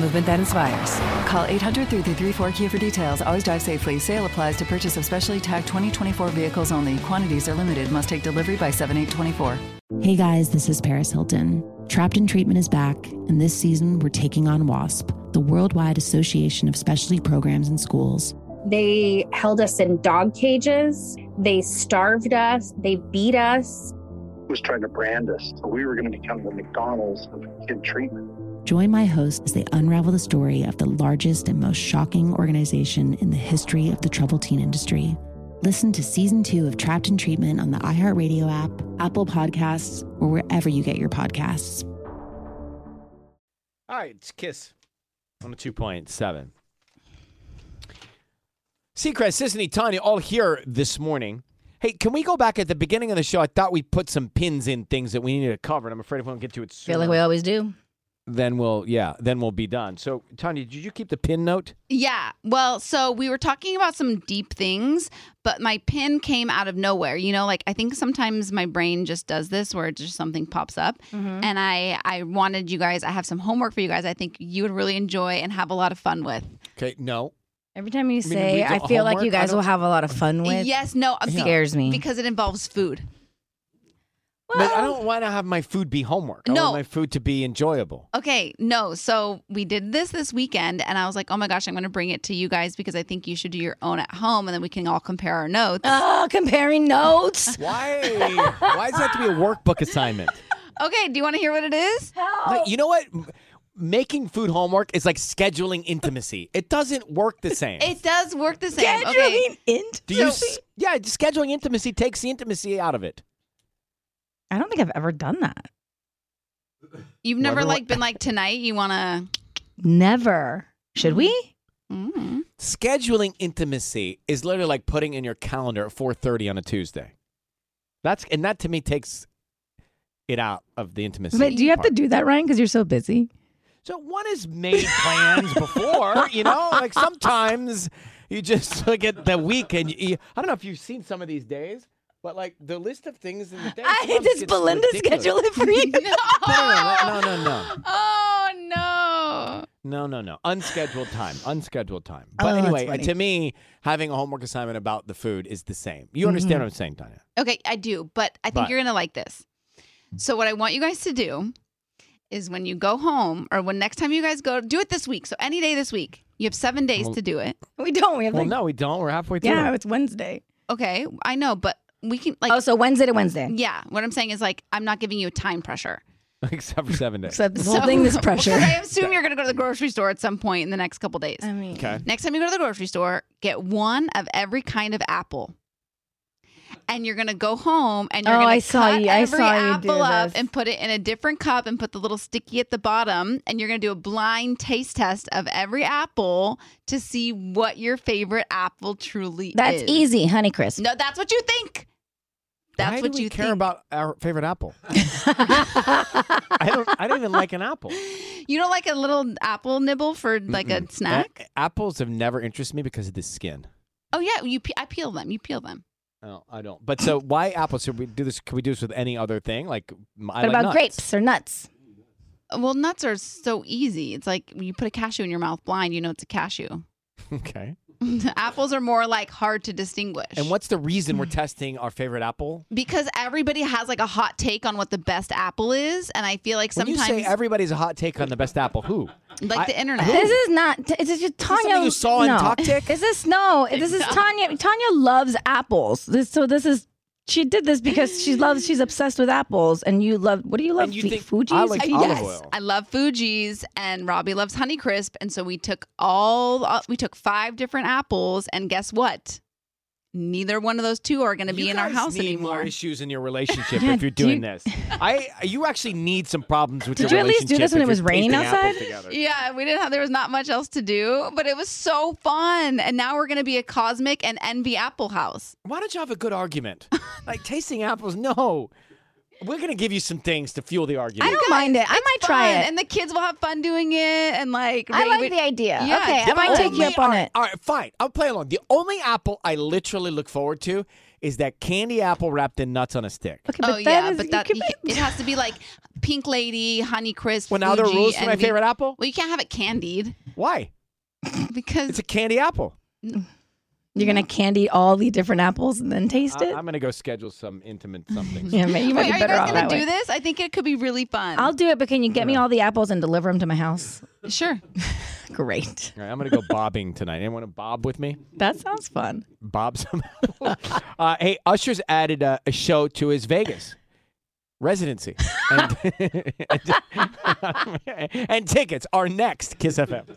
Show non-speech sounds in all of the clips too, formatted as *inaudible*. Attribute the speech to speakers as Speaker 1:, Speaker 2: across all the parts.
Speaker 1: movement that inspires.
Speaker 2: Call 800 334 Kia for details. Always drive safely. Sale applies to purchase of specially tagged 2024 vehicles only. Quantities are limited. Must take delivery by 7824.
Speaker 3: Hey guys, this is Paris Hilton. Trapped in Treatment is back, and this season we're taking on WASP, the Worldwide Association of Specialty Programs and Schools.
Speaker 4: They held us in dog cages, they starved us, they beat us.
Speaker 5: was trying to brand us. So we were going to become the McDonald's of kid treatment.
Speaker 3: Join my hosts as they unravel the story of the largest and most shocking organization in the history of the troubled teen industry. Listen to season two of Trapped in Treatment on the iHeartRadio app, Apple Podcasts, or wherever you get your podcasts.
Speaker 6: All right, it's Kiss on a 2.7. Seacrest, Sisney, Tanya, all here this morning. Hey, can we go back at the beginning of the show? I thought we put some pins in things that we needed to cover, and I'm afraid if we don't get to it soon,
Speaker 7: Feel like we always do.
Speaker 6: then we'll, yeah, then we'll be done. So, Tanya, did you keep the pin note?
Speaker 8: Yeah. Well, so we were talking about some deep things, but my pin came out of nowhere. You know, like I think sometimes my brain just does this where just something pops up.
Speaker 7: Mm-hmm.
Speaker 8: And I I wanted you guys, I have some homework for you guys I think you would really enjoy and have a lot of fun with.
Speaker 6: Okay, no.
Speaker 7: Every time you
Speaker 6: mean,
Speaker 7: say,
Speaker 6: we
Speaker 7: I
Speaker 6: do
Speaker 7: feel like you
Speaker 6: homework? I
Speaker 7: guys will
Speaker 6: don't-
Speaker 7: have a lot of fun with.
Speaker 8: yes, no, be-
Speaker 7: scares me.
Speaker 8: because it involves food.
Speaker 6: but I don't want to have my food be homework. I
Speaker 8: No.
Speaker 6: want my food to be enjoyable.
Speaker 8: Okay, no. So we did this this weekend, and I was like, oh my gosh, I'm going to bring it to you guys because I think you should do your own at home, and then we can all compare our notes.
Speaker 7: Oh, comparing
Speaker 8: *laughs*
Speaker 7: notes.
Speaker 6: Why? *laughs* Why does that have to be a workbook assignment?
Speaker 8: Okay, do you want to hear what it is?
Speaker 7: Oh.
Speaker 6: Like, you know what? M- Making food homework is like scheduling intimacy. It doesn't work the same.
Speaker 8: It does work the same.
Speaker 7: Scheduling
Speaker 8: Okay.
Speaker 7: int-
Speaker 6: Do you? s- yeah, scheduling intimacy takes the intimacy out of it.
Speaker 7: I don't think I've ever done that.
Speaker 8: You've never
Speaker 6: Wonder what-
Speaker 8: like been like tonight. You wanna?
Speaker 7: Never. Should we?
Speaker 8: Mm.
Speaker 6: Scheduling intimacy is literally like putting in your calendar at 4:30 on a Tuesday. That's and that to me takes it out of the intimacy.
Speaker 7: But do you have to
Speaker 6: part.
Speaker 7: do that, Ryan? Because you're so busy.
Speaker 6: So one has made plans before, you know. Like sometimes you just *laughs* look at the week and you, I don't know if you've seen some of these days, but like the list of things in the day.
Speaker 7: *laughs* I
Speaker 6: sometimes
Speaker 7: does
Speaker 6: gets
Speaker 7: Belinda
Speaker 6: ridiculous.
Speaker 7: schedule it for
Speaker 8: *laughs*
Speaker 7: you?
Speaker 6: No, no, no, no, no,
Speaker 7: *laughs*
Speaker 8: Oh no!
Speaker 6: no, no, no. Unscheduled time, unscheduled time. But
Speaker 7: Oh, that's
Speaker 6: anyway,
Speaker 7: funny.
Speaker 6: to me, having a homework assignment about the food is the same.
Speaker 7: Mm-hmm.
Speaker 6: You understand what I'm saying, Tanya?
Speaker 8: Okay, I do, but I think
Speaker 6: But-
Speaker 8: you're gonna like this. So what I want you guys to do is when you go home, or when next time you guys go, do it this week. So any day this week, you have seven days
Speaker 6: Well-
Speaker 8: to do it.
Speaker 7: we don't. We have
Speaker 6: Well,
Speaker 7: like,
Speaker 6: no, we don't. We're halfway through.
Speaker 7: yeah, it's Wednesday.
Speaker 8: Okay, I know, but we can like.
Speaker 7: oh, so Wednesday to Wednesday.
Speaker 8: yeah, what I'm saying is like I'm not giving you time pressure.
Speaker 6: *laughs* except for seven days.
Speaker 7: So this *laughs* whole thing is pressure.
Speaker 8: Because I assume you're gonna go to the grocery store at some point in the next couple days.
Speaker 7: I mean,
Speaker 6: Okay.
Speaker 8: Next time you go to the grocery store, get one of every kind of apple. And you're gonna go home and you're
Speaker 7: Oh,
Speaker 8: gonna
Speaker 7: I saw
Speaker 8: cut
Speaker 7: you- I
Speaker 8: every
Speaker 7: saw you do
Speaker 8: apple up
Speaker 7: this.
Speaker 8: and put it in a different cup and put the little sticky at the bottom and you're gonna do a blind taste test of every apple to see what your favorite apple truly
Speaker 7: that's
Speaker 8: is.
Speaker 7: easy, honey, Chris.
Speaker 8: No, that's what you think. That's
Speaker 6: Why
Speaker 8: what
Speaker 6: do we
Speaker 8: you
Speaker 6: care
Speaker 8: think.
Speaker 6: about our
Speaker 7: *laughs*
Speaker 6: favorite apple? I don't. I don't even like an apple.
Speaker 8: You don't like a little apple nibble for like
Speaker 6: Mm-mm.
Speaker 8: a
Speaker 6: Uh,
Speaker 8: snack?
Speaker 6: A- apples have never interested me because of the skin.
Speaker 8: Oh yeah, you pe- I peel them. You peel them.
Speaker 6: No, I don't. But so why apples? Should we do this? Can we do this with any other thing? Like, m- I
Speaker 7: what
Speaker 6: like
Speaker 7: about
Speaker 6: nuts.
Speaker 7: grapes or nuts?
Speaker 8: Well, nuts are so easy. It's like when you put a cashew in your mouth blind, you know it's a cashew.
Speaker 6: Okay.
Speaker 8: Apples are more like hard to distinguish.
Speaker 6: And what's the reason
Speaker 7: Hmm.
Speaker 6: we're testing our favorite apple?
Speaker 8: because everybody has like a hot take on what the best apple is, and I feel like
Speaker 6: When you
Speaker 8: sometimes
Speaker 6: say everybody's a hot take on the best apple, who?
Speaker 8: like
Speaker 6: I-
Speaker 8: the internet.
Speaker 7: This is not. Is this just
Speaker 6: something
Speaker 7: Tanya?
Speaker 6: you saw on
Speaker 7: no. *laughs*
Speaker 6: Toktik?
Speaker 7: Is this no? This is Tanya. Tanya loves apples. This, so this is. She did this because she loves. She's obsessed with apples, and you love. What do you love?
Speaker 6: And you
Speaker 7: Fu-
Speaker 6: think-
Speaker 7: Fuji's?
Speaker 6: I like
Speaker 8: I-
Speaker 6: olive
Speaker 8: yes,
Speaker 6: oil.
Speaker 8: I love Fuji's, and Robbie loves Honeycrisp, and so we took all uh, we took five different apples, and guess what? Neither one of those two are going to be
Speaker 6: you
Speaker 8: in our
Speaker 6: guys
Speaker 8: house
Speaker 6: need
Speaker 8: anymore.
Speaker 6: More issues in your relationship
Speaker 7: Yeah,
Speaker 6: if you're
Speaker 7: do you-
Speaker 6: doing this. I you actually need some problems with
Speaker 7: Did you
Speaker 6: your
Speaker 7: at least do
Speaker 6: relationship
Speaker 7: this when
Speaker 6: if
Speaker 7: it was
Speaker 6: you're
Speaker 7: raining
Speaker 6: tasting apples
Speaker 7: outside?
Speaker 6: together.
Speaker 8: Yeah, we didn't have there was not much else to do, but it was so fun. And now we're gonna be a cosmic and envy apple house.
Speaker 6: Why don't you have a
Speaker 7: *laughs*
Speaker 6: good argument? like tasting apples? No, we're gonna give you some things to fuel the argument.
Speaker 7: I don't mind it. I
Speaker 8: It's
Speaker 7: might try
Speaker 8: fun,
Speaker 7: it.
Speaker 8: And the kids will have fun doing it and like
Speaker 7: I
Speaker 8: Ray
Speaker 7: like
Speaker 8: would-
Speaker 7: the idea.
Speaker 8: Yeah,
Speaker 7: okay, I
Speaker 8: the
Speaker 7: might take you
Speaker 8: only-
Speaker 7: up on
Speaker 6: all right,
Speaker 7: it.
Speaker 6: All right, fine. I'll play along. The only apple I literally look forward to is that candy apple wrapped in nuts on a stick.
Speaker 7: Okay,
Speaker 8: Oh yeah,
Speaker 7: is-
Speaker 8: but
Speaker 7: you
Speaker 8: that
Speaker 7: could
Speaker 8: you
Speaker 7: be-
Speaker 8: ca- it has to be like Pink Lady, Honey Crisp.
Speaker 6: Well, now there are
Speaker 8: Fuji,
Speaker 6: rules for my
Speaker 8: Envy.
Speaker 6: favorite apple.
Speaker 8: Well, you can't have it
Speaker 6: *laughs*
Speaker 8: candied
Speaker 6: Why?
Speaker 8: because
Speaker 6: It's a candy apple.
Speaker 7: You're gonna candy all the different apples and then taste
Speaker 6: I,
Speaker 7: it.
Speaker 6: am gonna go schedule some intimate something.
Speaker 7: yeah, maybe you might
Speaker 8: Wait,
Speaker 7: be
Speaker 8: are you
Speaker 7: better
Speaker 8: guys
Speaker 7: off
Speaker 8: gonna
Speaker 7: that
Speaker 8: do
Speaker 7: way.
Speaker 8: this? I think it could be really fun.
Speaker 7: I'll do it, but can you get me all the apples and deliver them to my house? *laughs*
Speaker 8: sure.
Speaker 7: Great.
Speaker 6: All right, I'm gonna go bobbing tonight. Anyone to bob with me?
Speaker 7: That sounds fun.
Speaker 6: Bob some apples. *laughs* uh, hey, Usher's added a, a show to his Vegas residency, and, *laughs* and *laughs* tickets are next. Kiss FM.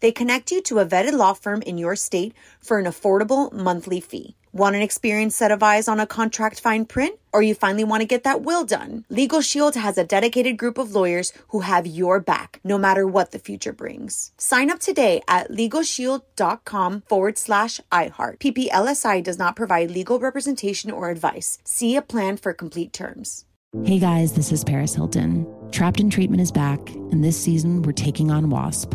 Speaker 9: They connect you to a vetted law firm in your state for an affordable monthly fee. Want an experienced set of eyes on a contract fine print? Or you finally want to get that will done? Legal Shield has a dedicated group of lawyers who have your back, no matter what the future brings. Sign up today at LegalShield.com forward slash iHeart. PPLSI does not provide legal representation or advice. See a plan for complete terms.
Speaker 3: Hey guys, this is Paris Hilton. Trapped in Treatment is back, and this season we're taking on WASP,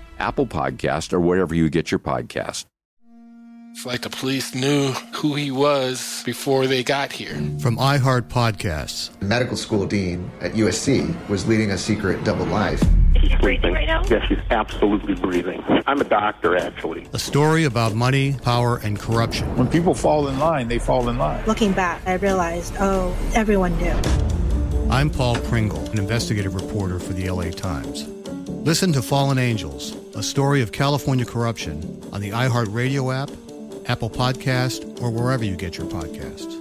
Speaker 10: Apple Podcast, or wherever you get your podcast.
Speaker 11: It's like the police knew who he was before they got here.
Speaker 12: From iHeart Podcasts.
Speaker 13: The medical school dean at USC was leading a secret double life.
Speaker 14: She's breathing right now? Yes, she's absolutely breathing. I'm a doctor, actually.
Speaker 12: A story about money, power, and corruption. When people fall in line, they fall in line.
Speaker 15: Looking back, I realized, oh, everyone knew.
Speaker 12: I'm Paul Pringle, an investigative reporter for the LA Times. Listen to Fallen Angels, a story of California corruption on the iHeart Radio app, Apple Podcast, or wherever you get your podcasts.